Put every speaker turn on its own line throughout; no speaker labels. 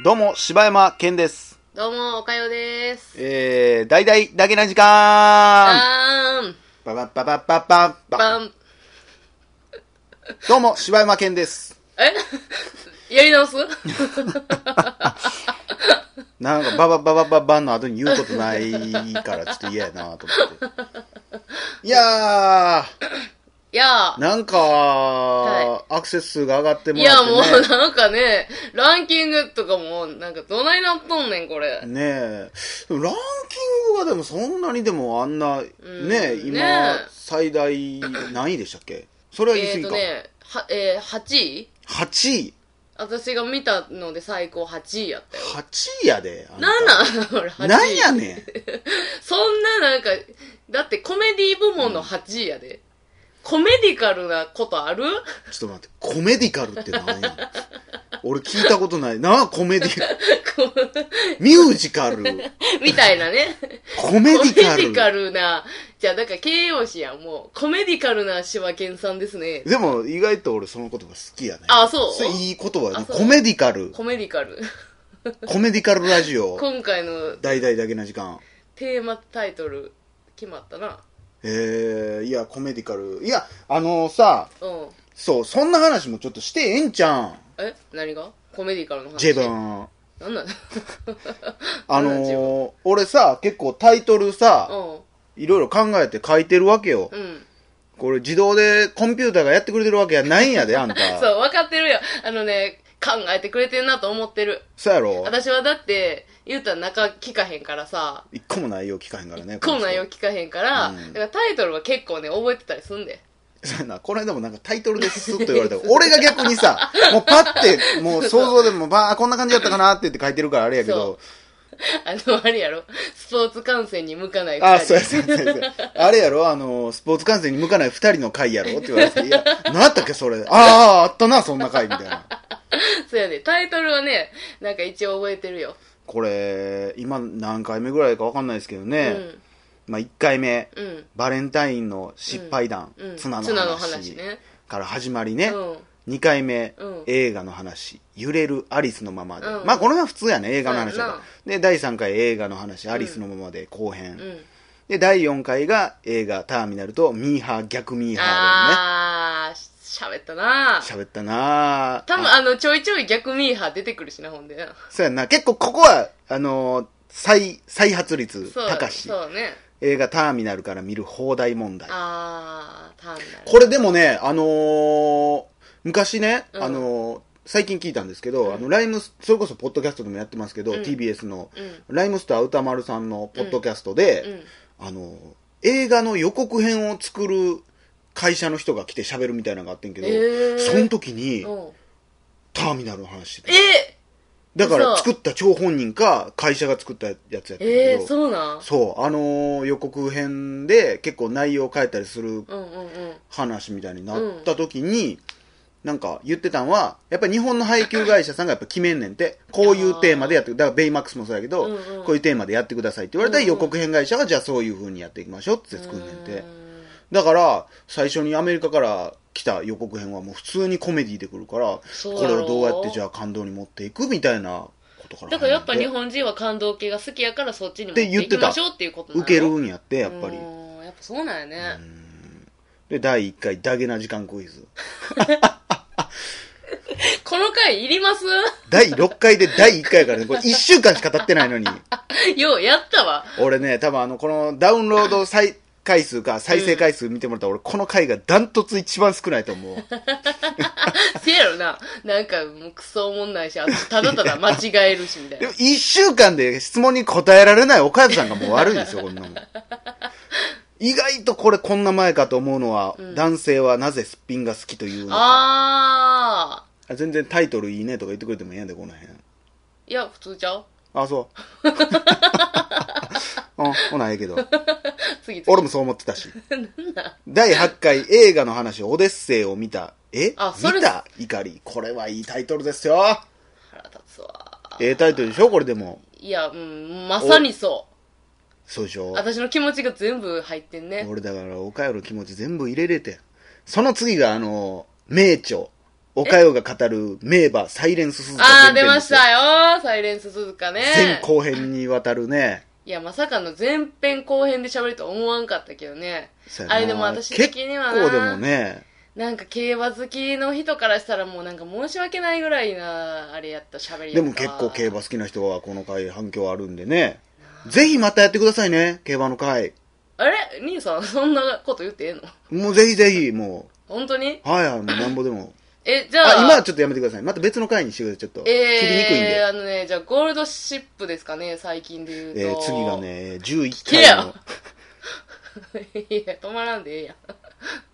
どうも、柴山健です。
どうも、おかよです。
えー、大々だけな時間
あーん。
パパパパパパパ。
バン。
どうも、柴山健です。
え や り直す
なんか、ババババババンの後に言うことないから、ちょっと嫌やなと思って。いや
いや
ー、なんか、アクセス数が上がって
ー。
も
いや、
らって、ね。
もうなんかね、ランキングとかも、なんかどないなっとんねん、これ。
ねえでもランキングがでもそんなにでもあんな、
ん
ねえ
ねえ
今最大何位でしたっけそれは言い
え
過
ー
ぎ
と
か、
ね、は、えー、8位
8位
私が見たので最高8位やったよ。
8位やであ
な
た
んなん ほら、8位。
なんやねん
そんななんか、だってコメディ部門の8位やで。コメディカルなことある
ちょっと待ってコメディカルって何や俺聞いたことないなコメディ
こう
ミュージカル
みたいなね。
コメデ
コメ
ィカル
ディカルな、じゃあ、だから形容詞やん、もう。コメディカルな柴犬さんですね。
でも意外と俺その言葉好きやね
あそう
れいい言葉やね
あそう
コメディカル
コメディカル。
コメディカルラジオ
今回の
大々だけな時間
テーマタイトル、決まったな。
えー、いやコメディカルいやあのさ
うん。
そうそんな話もちょっとしてええんちゃん
え何がコメディカルの話。
自。分
なん なんだ
あの
うん自
ー、俺さ結構タイトル
う
さ
ん。
いろいろ考えて書いてるわけよ
うん。
これ自動でコンピューターがやってくれてるわけやないんやであんた
そう、分かってるよ。あのね、考えてくれてんなと思ってる。
そうやろ
私はだって、言うたら中聞かへんからさ、
一個も内容聞かへんからね
この内容
こ
聞かへんから、
うん
だからタイトルは結構ね、覚えてたりすんで。
の人そうやなこの間もなんかタイトルですっと言われたけど俺が逆に さもうパッてもう想像でもばあこんな感じだったかなって言って書いてるからあれやけど
あの、あれやろ、スポーツ観戦に向かない
あそうやそうやそうやそうやあれやろあのスポーツ観戦に向かない二人の回やろって言われて「いや何やったっけそれあああったなそんな回」みたいな
そうやね。タイトルはね、なんか一応覚えてるよ。
これ今何回目ぐらいか分かんないですけどね、まあ1回目
うん。うん。
バレンタインの失敗談、
うん。
ツナの
ツナの
話
話ね。
から始まりね、
うん。
2回目、
うん
映画の話「揺れるアリスのままで」
うん
まあこの辺は普通やね映画の話
そう
だ
や
か
な
らで第3回映画の話「アリスのままで」後編、
うん。
で第4回が映画「ターミナル」と「ミーハー逆ミーハ
あー、し喋った
ー」
な
でね喋ったなぁ
多分
あ
あの、ちょいちょい逆ミーハー出てくるしな、ほんでな。
そうやな結構ここはあのー再再発率
そう。
高し
そうね。
映画「ターミナル」から見る放題問題
あー、ターミナル。
これでもね、あのー昔ね、
うん
あのー最近聞いたんですけど、
うん
あのライムスそれこそポッドキャストでもやってますけど、
うん
TBS の
うん。
ライムスター歌丸さんのポッドキャストで、
うん。
あのー映画の予告編を作る会社の人が来て喋るみたいなのがあってんけど、
えー
その時に
うん
ターミナルの話してた
え
だから
嘘
作った張本人か会社が作ったやつやってん
え
け
ー、
ど、
そうなん
そうあのー予告編で結構内容を変えたりする
うんうんうん。
話みたいになった時に、なんか言ってたんはやっぱり日本の配給会社さんがやっぱ決めんねんてこういうテーマでやってだからベイマックスもそうやけど、
うんうん
こういうテーマでやってくださいって言われたら
うんう
予
ん
告編会社がじゃあそういう風にやっていきましょうって作んねんて
うーん
だから最初にアメリカから来た予告編はもう普通にコメディで来るから
そう
こ
や
れ
ろ
をどうやってじゃあ感動に持っていくみたいなことから
だからやっぱ日
入んねんて
本人は感動系が好きやからそっちに持っていきましょうっていうことなの
受けるんやってやっぱり。
うんやっぱそうなんやね、
で第1回ダゲな時間クイズ
この回いります
第6回で第1回やからねこれ1週間しか経ってないのに
ようやったわ
俺ね多分あのこのダウンロード再回数か再生回数見てもらったら、俺この回がダントツ一番少ないと思う
せやろななんかもうクソおもんないしあとただただ間違えるしみたい
で
な
も1週間で質問に答えられないお母さんがもう悪いですよこんなもん意外とこれこんな前かと思うのは、
うん
男性はなぜすっぴんが好きというのか
ああ
全然タイトルいいねとか言ってくれてもいいんでこの辺
いや普通ちゃう
あそう うんほなええけど
次次
俺もそう思ってた し第8回映画の話「オデッセイ」を見たえ
あそれ
見た怒りこれはいいタイトルですよ
腹立つわ
ええタイトルでしょこれでも
いやうんまさにそ
そうでし
う
ょ
私の気持ちが全部入ってんね
俺だから岡山の気持ち全部入れれてんその次があの名著「おかよが語る名馬サイレンス鈴鹿
ああ、
前編
出ま
で
し
すよ
たよ。サイレンス鈴鹿ね。
前後編にわたるね。
いや、まさかの前編後編で喋ると思わんかったけどね。
そうやな
あれでも私的にはな
結構でもね、
なんか競馬好きの人からしたらもうなんか申し訳ないぐらいな、あれやった喋り
で
やった
も結構競馬好きな人はこの回反響あるんでね。ぜひまたやってくださいね、競馬の回。
あれ兄さん、そんなこと言ってええの
もうぜひぜひ、も
本当に
う、はいはい、もうなんぼでも。
え、じゃあ、
あ、今はちょっとやめてください。また別の回にしてください、ちょっと。切りにくいん
えー、
で。
あのね、じゃあゴールドシップですかね、最近で言うと。
えー、次が。ね、11
聞け
回の
よ。 いや、止まらんでええやん。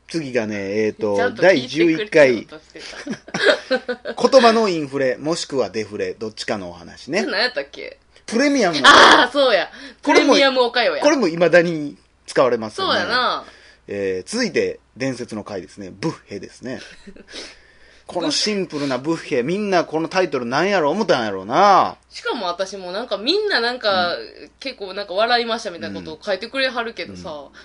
次がね、えっ、
ちゃ
と、
んと
第
聞いてくれ
11回
てるこ、として た。
言葉のインフレ、もしくはデフレ、どっちかのお話ね
え、。何やったっけ
プレミアム、
ああ、そうや。
こ
プ
れ
レ
も
ミアムおかよや。
これも未だに使われますよ
そ
ね。
うやな。
えー続いて、伝説の回ですね。ブッヘです ね。このシンプルなブッヘ、みんなこのタイトルなんやろ思ったんやろうな。
しかも私もなんかみんななんか、結構なんか笑いましたみたいなことを書いてくれはるけどさ、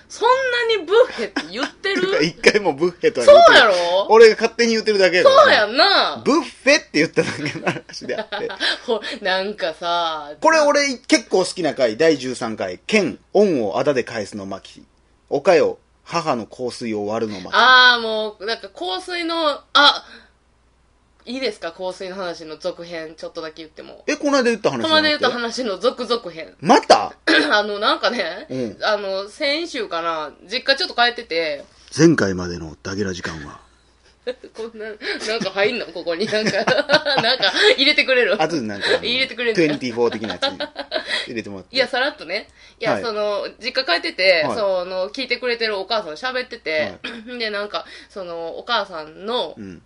そんなにブッフェって言って る
一回もブッヘとは
そ
言って
うやろ
俺が勝手に言ってるだけやから
そうやんな
ブッフェって言っただけの話であって。
ほなんかさ、
これ俺結構好きな回、第13回、剣、恩をあだで返すの巻。おかよ、母の香水を割るの巻。
ああ、もう、なんか香水の、あ、いいですか香水の話の続編、ちょっとだけ言っても。
え、この間言った話
た
じゃなくて
まで言った話の続々編。
また
あの、なんかね、
うん
あの、先週かな、実家ちょっと帰ってて、
前回までのダゲラ時間は。
こんな、なんか入んのここに。なんか、 なんか、入れてくれる。
あとでなんか、
入れてくれるんだ
24的なや つ入れてもらって。
いや、さらっとね。いや、
はい
その、実家帰ってて、
はい
その、聞いてくれてるお母さんと喋ってて、 で、なんか、その、お母さんの
うん。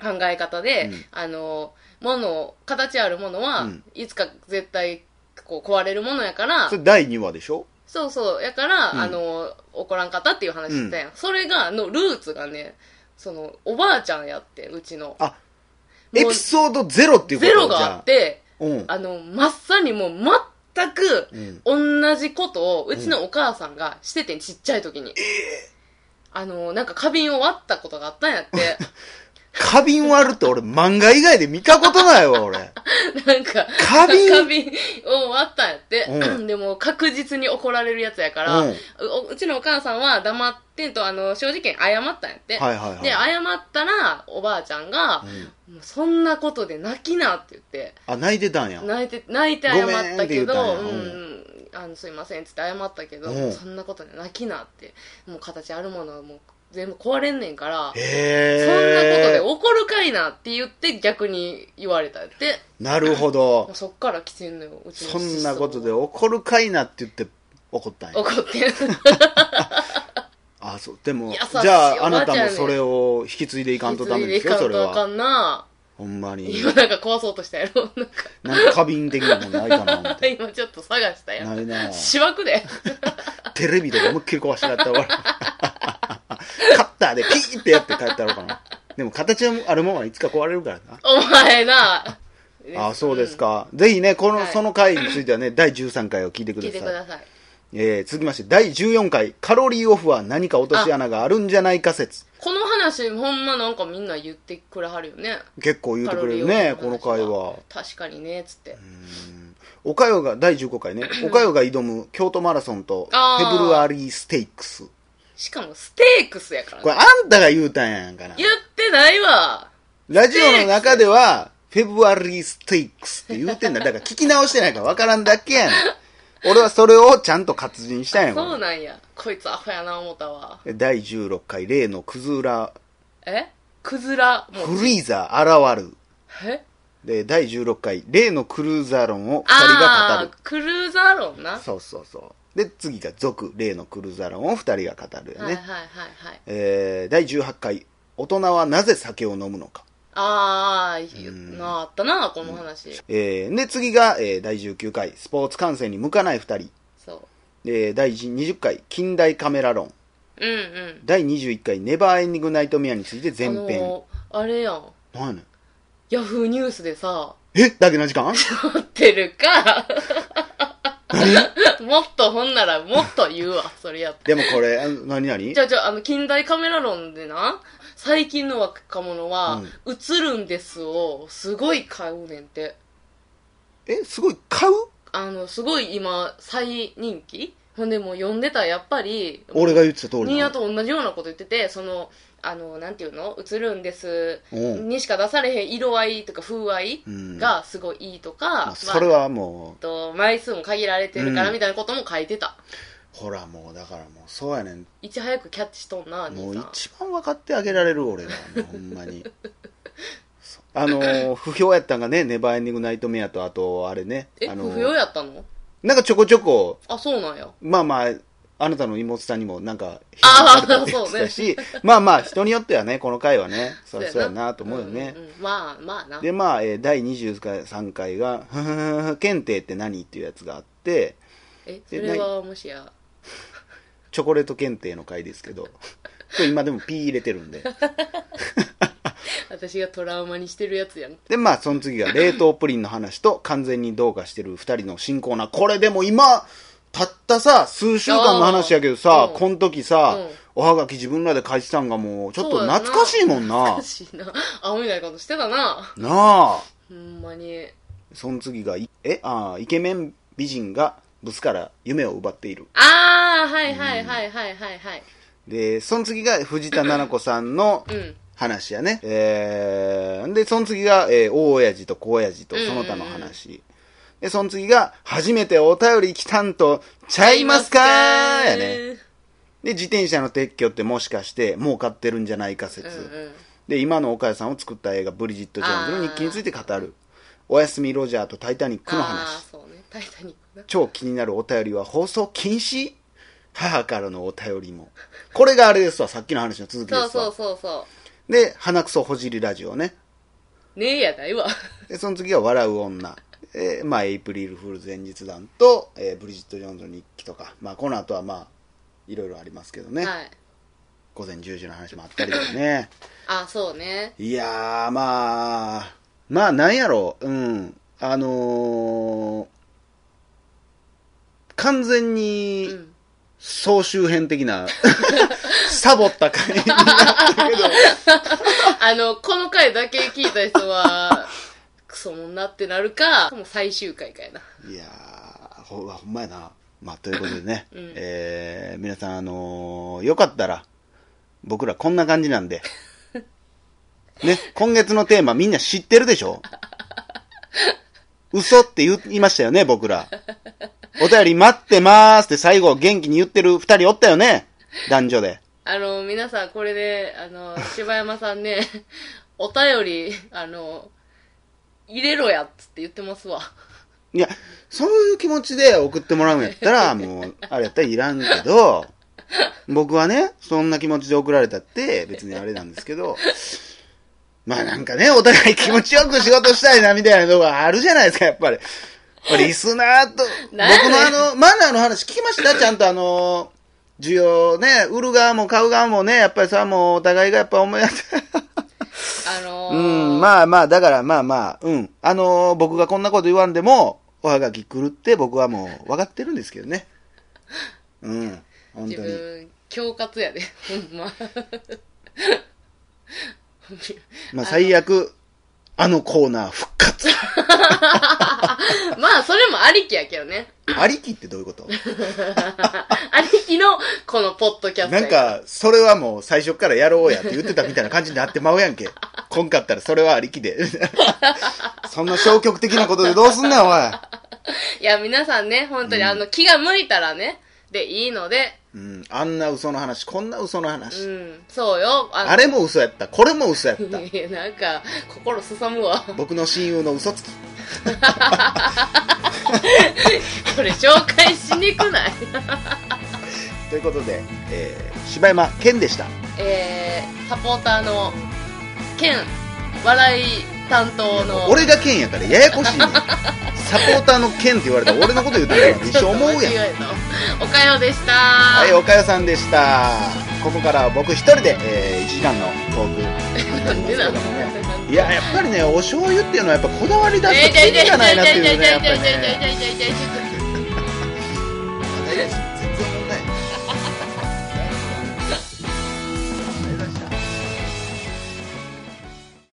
考え方で、
うん
あの、もの、形あるものは、
うん
いつか絶対、こう、壊れるものやから
そ、れ第2話でしょ
そうそう、やから、
うん
あの、怒らんかったっていう話してたやん。それが、あの、ルーツがね、その、おばあちゃんやって、うちの。
あ、エ
もう
ピソード0っていうこと
ゼロがあっ。て、
じゃあうん。
あの、まっさにもう全く
うん
同じことをうちのお母さんがしててん、ちっちゃい時に。あの、なんか花瓶を割ったことがあったんやって。
花瓶割るって俺漫画以外で見たことないわ、俺。
なんか、
花瓶
を割ったんやって。
う
でも確実に怒られるやつやから、
うん
ううちのお母さんは黙ってんと、あの、正直に謝ったんやって。
はいはいはい
で、謝ったら、おばあちゃんが、
うん
もうそんなことで泣きなって言って。
あ、泣いてたんや。
泣いて泣いて謝ったけど
ごめんっ
う
て言うたんやうん
んあのすいませんっつって謝ったけど、
うん
そんなことで泣きなってもう形あるものはもう全部壊れんねんから、そんなことで
へえ。
怒るかいなって言って逆に言われたって
なるほ
も
ど
う。そっからきてんのようちの
そんなことで
思
怒るかいなって言って怒ったんや。
ってん
あ、そう。でも、じ
優しいおばあちゃん
ゃ
やね
ああなたもそれを引き継いでいかんとダメですよ、
引き
そ
継い
れ
でいかんとあか
は。
んな
ほんまに。
今なんか壊そうとしたやろ なんか
なんか花瓶的なもんないかな、思 って。
今ちょっと探したや
なんいな
しばくで
テレビとか思いっきり壊しやがったわ。 カッターでピーってやって帰ったろうかな。でも形はあるもんはいつか壊れるからな。
お前な
あそうです、か。ぜひね、この、
はい
その回についてはね、第13回を聞いてく
うん
だ
聞いてく
さい。
ださい
えー、続きまして、第14回、カロリーオフは何か落とし穴があるんじゃないか説。
この話ほんまなんかみんな言ってくれはるよね
結構言うてくれる
カロリー
ね
オ、フ
この
話
回は。
確かにねっつって
うんおかよが、第15回ね、おかよが挑む京都マラソンと、
あ
フ
ー
ェブルアリーステークス。
しかもステークスやから
こ
ね
れ、あんたが言うたんやんかな。
言ってないわ
ラジオの中では、フェブアリーステイクスって言うてんだ。だから聞き直してないから分からんだけやねん。俺はそれをちゃんと活字にしたんや
そう
か
なんやこいつアホやな思ったわ
ら。第16回、例のクズーラ、
えクズラもう
フリーザー現る。
え
で、第16回、例のクルーザー論を二人が
あ
語
あクルーザーロンな、
る。そうそうそう。で、次が続、例のクルーザー論を二人が語るよね。
はいはいはいはい
えー、第18回、大人はなぜ酒を飲むのか。
ああ言うなあったなこの話、
えー、で、次が、えー第19回、スポーツ観戦に向かない二人。
そう
えー第20回近代カメラ論
うんうん
第21回ネバーエンディングナイトメアについて前
あ
編
のーあれやん
何やねん
ヤフーニュースでさ
えだけな時間
持ってるかもっとほんならもっと言うわそれやった
でもこれあ何何
じゃあじゃあ、あの、近代カメラ論でな、最近の若者は
うん
「映るんです」をすごい買うねんて
え、すごい買う
あのすごい今最人気ほんでもう読んでたらやっぱり
俺が言ってた通り
ニー
な
ヤと同じようなこと言っててそのあのなんていうの映るんです
うん。
にしか出されへん色合いとか風合い
うん。
がすごいいいとか、
まあそれはもう、
と枚数も限られてるか
う
ら
ん
みたいなことも書いてた、
ほらもう、だからもう、そうやねん。
いち早くキャッチしとん
も
な兄
う
さん
一番分かってあげられる俺が、もうほんまに。そうあのー、不評やったんがね、ネバーエンディングナイトメアと、あと、あれね。
え、
あのー
不評やったの
なんかちょこちょこ、
あそうなんや
まあまあ、あなたの妹さんにもなんか、
あ
評価さ
ー
れたって言ってたし、まあまあ、人によってはね、この回はね、そりゃそうやなと思うよね
ん。んんまあまあな
で、まあ、えー第23回が、ふふふふ検定って何っていうやつがあって、
えそ
で
れはもしや
チョコレート検定の回ですけど、これ今でもピー入れてるんで。
私がトラウマにしてるやつやん
で、まあ、その次が冷凍プリンの話と完全にどうかしてる二人の新コーナー。これでも今、たったさ、数週間の話やけどさ
あ、ーうん
この時さ、
うん
おはがき自分らで書いてたんがもう、ちょっと
そうやな
懐かしいもん
お
な
か。しいな青みたいなことしてたな
なあ。
ほんまに
その次がい、え、ああ、イケメン美人がブスから夢を奪っている。
ああはいはいはいはいはいはい
で、その次が藤田七子さんの
うん
話やね。えー、で、その次が、えー大親父と小親父とその他の
うんうんうん
話。で、その次が、初めてお便り来たんと、ちゃいますかーやね。で、自転車の撤去ってもしかして、儲かってるんじゃないか
うん
説。
うん
で、今の岡谷さんを作った映画、ブリジット・ジョーンズの日記について語る。おやすみロジャーとタイタニックの話
ああ。そうね「タイタニックな」
超気になるお便りは放送禁止母からのお便りも。これがあれですわ、さっきの話の続きですわ。
そうそうそうそ
で、鼻くそほじりラジオね。
うねえやないわ
で、その次は笑う女。えーまあ、エイプリルフール前日談と、えーブリジット・ジョーンズの日記とか、まあ、この後はまあ、いろいろありますけどね。
はい
午前10時の話もあったりとかね。
あそうね
いやー、まあ、まあ、なんやろう、うん。あのー完全
う
に、
ん
総集編的な、 サボった回になったけど、
あの、この回だけ聞いた人は、クソもんなってなるか、もう最終回かやな。
いやー、ほほんまやな。まあ、ということでね、
うん
えー皆さん、あのーよかったら、僕らこんな感じ なんで、ね、今月のテーマみんな知ってるでし ょ嘘って言いましたよね、僕ら。お便り待ってまーすって最後元気に言ってる二人おったよね、男女で。
あの、皆さんこれで、あの、柴山さんね、お便り、あの、入れろやっつって言ってますわ。
いや、そういう気持ちで送ってもらうんやった ら、もう、あれやったらいらんけど、僕はね、そんな気持ちで送られたって、別にあれなんですけど、まあなんかね、お互い気持ちよく仕事したいな、みたいなとこあるじゃないですか、やっぱり。リスナーと、僕の
なんで
あの、マナーの話聞きましたちゃんとあの、需要ね、売る側も買う側もね、やっぱりさ、もうお互いがやっぱ思い出して、
あの
うん、
あ、
まあまあ、だからまあまあ、うん。あのー僕がこんなこと言わんでも、おはがき来るって僕はもう分かってるんですけどね。うん、本
自
当に。
分、恐喝やで、 ほんま。
まあ最悪、あのコーナー復活。
まあ、それもありきやけどね。
ありきってどういう こと
ありきの、このポッドキャスト
な
や
ん、か、それはもう最初からやろうやって言ってたみたいな感じになってまうやんけ。こんかったらそれはありきで。 そんな消極的なことでどうすんねん、おい。
いや、皆さんね、本当に、あの、気が向いたらね、で、いいので、
うん、あんな嘘の話、こんな嘘の話。
うん、そうよ。あの
あれも嘘やった、これも嘘やった。
いやなんか心すさむわ
僕の親友の嘘つき。
これ紹介しにくない
ということで、えー、柴山健でした。
えー、サポーターの兼笑い担当の
俺が健やからややこしいねんサポーターの健って言われたら俺のこと言うたら一
ち
生
ょっ
思
と
う
間
やん。
違えたおかよでした
はい、岡谷さんでした。ここからは僕一人で、え1時間のトークになりますけどもね。いや、やっぱりね、お醤油っていうのはやっぱこだわり出
え
す
ー
と
ちょい
い
ちょい
い
ち
じ
ょ
ゃ
い
ないなっ
ち
て
ょ
い
いうちょ
ね、
い
やっ
ちょいちょいちょい
ぱりね。
ちょいちょいちょい